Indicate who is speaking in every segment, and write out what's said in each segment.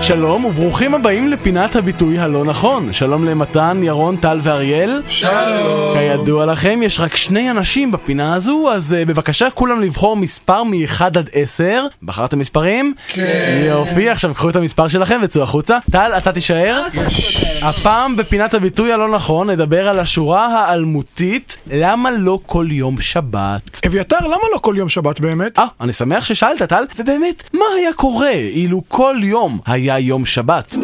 Speaker 1: שלום וברוכים הבאים לפינת הביטוי הלא נכון. שלום למתן, ירון, טל ואריאל.
Speaker 2: שלום.
Speaker 1: כידוע לכם, יש רק שני אנשים בפינה הזו, אז uh, בבקשה כולם לבחור מספר מ-1 עד 10. בחרתם מספרים? כן. יופי, עכשיו קחו את המספר שלכם וצאו החוצה. טל, אתה תישאר. הפעם בפינת הביטוי הלא נכון נדבר על השורה האלמותית, למה לא כל יום שבת?
Speaker 2: אביתר, למה לא כל יום שבת באמת?
Speaker 1: אה, אני שמח ששאלת, טל. ובאמת, מה היה קורה אילו כל יום היה יום שבת?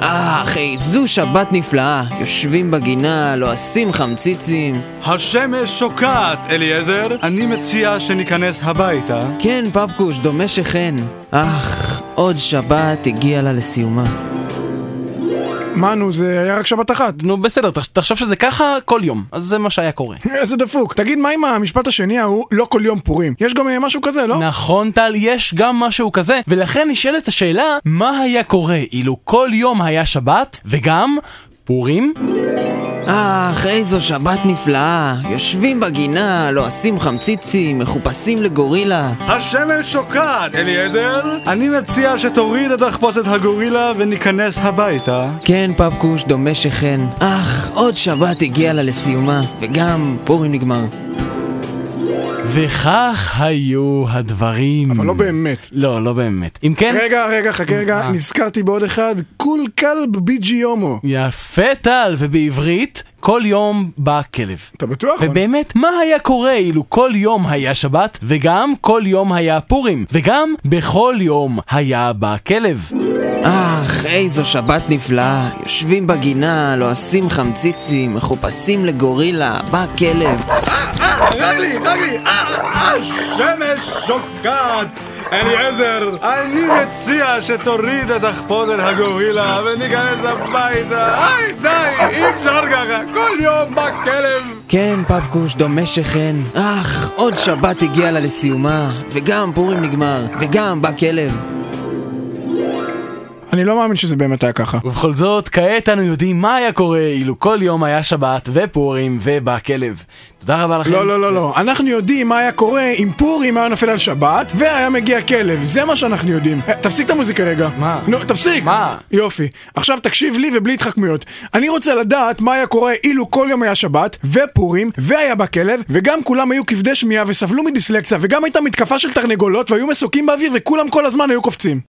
Speaker 3: אך, איזו שבת נפלאה. יושבים בגינה, לועשים חמציצים.
Speaker 4: השמש שוקעת, אליעזר. אני מציע שניכנס הביתה.
Speaker 3: כן, פפקוש, דומה שכן. אך, עוד שבת הגיעה לה לסיומה.
Speaker 2: מה נו, זה היה רק שבת אחת.
Speaker 1: נו בסדר, תח- תחשוב שזה ככה כל יום, אז זה מה שהיה קורה.
Speaker 2: איזה דפוק. תגיד, מה עם המשפט השני ההוא, לא כל יום פורים? יש גם אה, משהו כזה, לא?
Speaker 1: נכון טל, יש גם משהו כזה, ולכן נשאלת השאלה, מה היה קורה אילו כל יום היה שבת, וגם פורים?
Speaker 3: אך, איזו שבת נפלאה. יושבים בגינה, לועשים חמציצים, מחופשים לגורילה.
Speaker 4: השמש שוקעת, אליעזר. אני מציע שתוריד את תחפושת הגורילה וניכנס הביתה.
Speaker 3: כן, פפקוש, דומה שכן. אך, עוד שבת הגיעה לה לסיומה. וגם, פורים נגמר.
Speaker 1: וכך היו הדברים.
Speaker 2: אבל לא באמת.
Speaker 1: לא, לא באמת. אם כן...
Speaker 2: רגע, רגע, חכה רגע,
Speaker 1: אה.
Speaker 2: נזכרתי בעוד אחד, קול כלב ביג'י הומו.
Speaker 1: יפה טל, ובעברית, כל יום בא כלב.
Speaker 2: אתה בטוח?
Speaker 1: ובאמת, מה היה קורה אילו כל יום היה שבת, וגם כל יום היה פורים, וגם בכל יום היה בא כלב?
Speaker 3: אך, איזו שבת נפלאה. יושבים בגינה, לועשים חמציצים, מחופשים לגורילה. בא כלב.
Speaker 4: רגלי, רגלי, השמש שוקעת. אליעזר, אני מציע שתוריד את תחפושת הגורילה וניכנס הביתה. היי, די, אי אפשר ככה. כל יום בא כלב.
Speaker 3: כן, פפקוש, דומה שכן. אך, עוד שבת הגיעה לה לסיומה, וגם פורים נגמר, וגם בא כלב.
Speaker 2: אני לא מאמין שזה באמת היה ככה.
Speaker 1: ובכל זאת, כעת אנו יודעים מה היה קורה אילו כל יום היה שבת ופורים ובא כלב. תודה רבה לכם.
Speaker 2: לא, לא, לא, לא. אנחנו יודעים מה היה קורה אם פורים היה נופל על שבת והיה מגיע כלב. זה מה שאנחנו יודעים. אה, תפסיק את המוזיקה רגע.
Speaker 1: מה?
Speaker 2: נו, תפסיק.
Speaker 1: מה?
Speaker 2: יופי. עכשיו תקשיב לי ובלי התחכמויות. אני רוצה לדעת מה היה קורה אילו כל יום היה שבת ופורים והיה בה כלב וגם כולם היו כבדי שמיעה וסבלו מדיסלקציה וגם הייתה מתקפה של תרנגולות והיו מסוקים באוויר וכולם כל הזמן היו קופצים.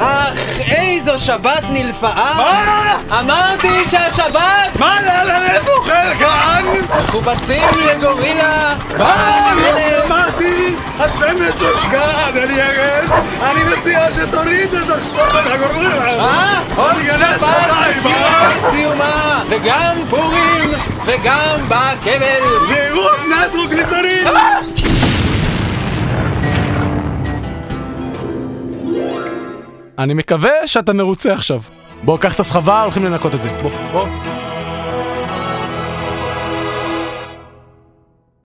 Speaker 3: אך, איזו שבת נלפאה!
Speaker 4: אה,
Speaker 3: אמרתי שהשבת
Speaker 4: מה, לא, לא, איפה הוא חלקן?
Speaker 3: מחופשים לגורילה!
Speaker 4: אה,
Speaker 3: בא כלב!
Speaker 4: אמרתי, השמש שושגעת, אני ארז, אני מציע שתוריד את החסום את הגורלה.
Speaker 3: אה?
Speaker 4: עוד שבת הגיעה
Speaker 3: לסיומה, וגם פורים, וגם בא כלב!
Speaker 4: זהירות נטרוגליצרין!
Speaker 1: אני מקווה שאתה מרוצה עכשיו. בוא, קח את הסחבה, הולכים לנקות את זה. בוא, בוא.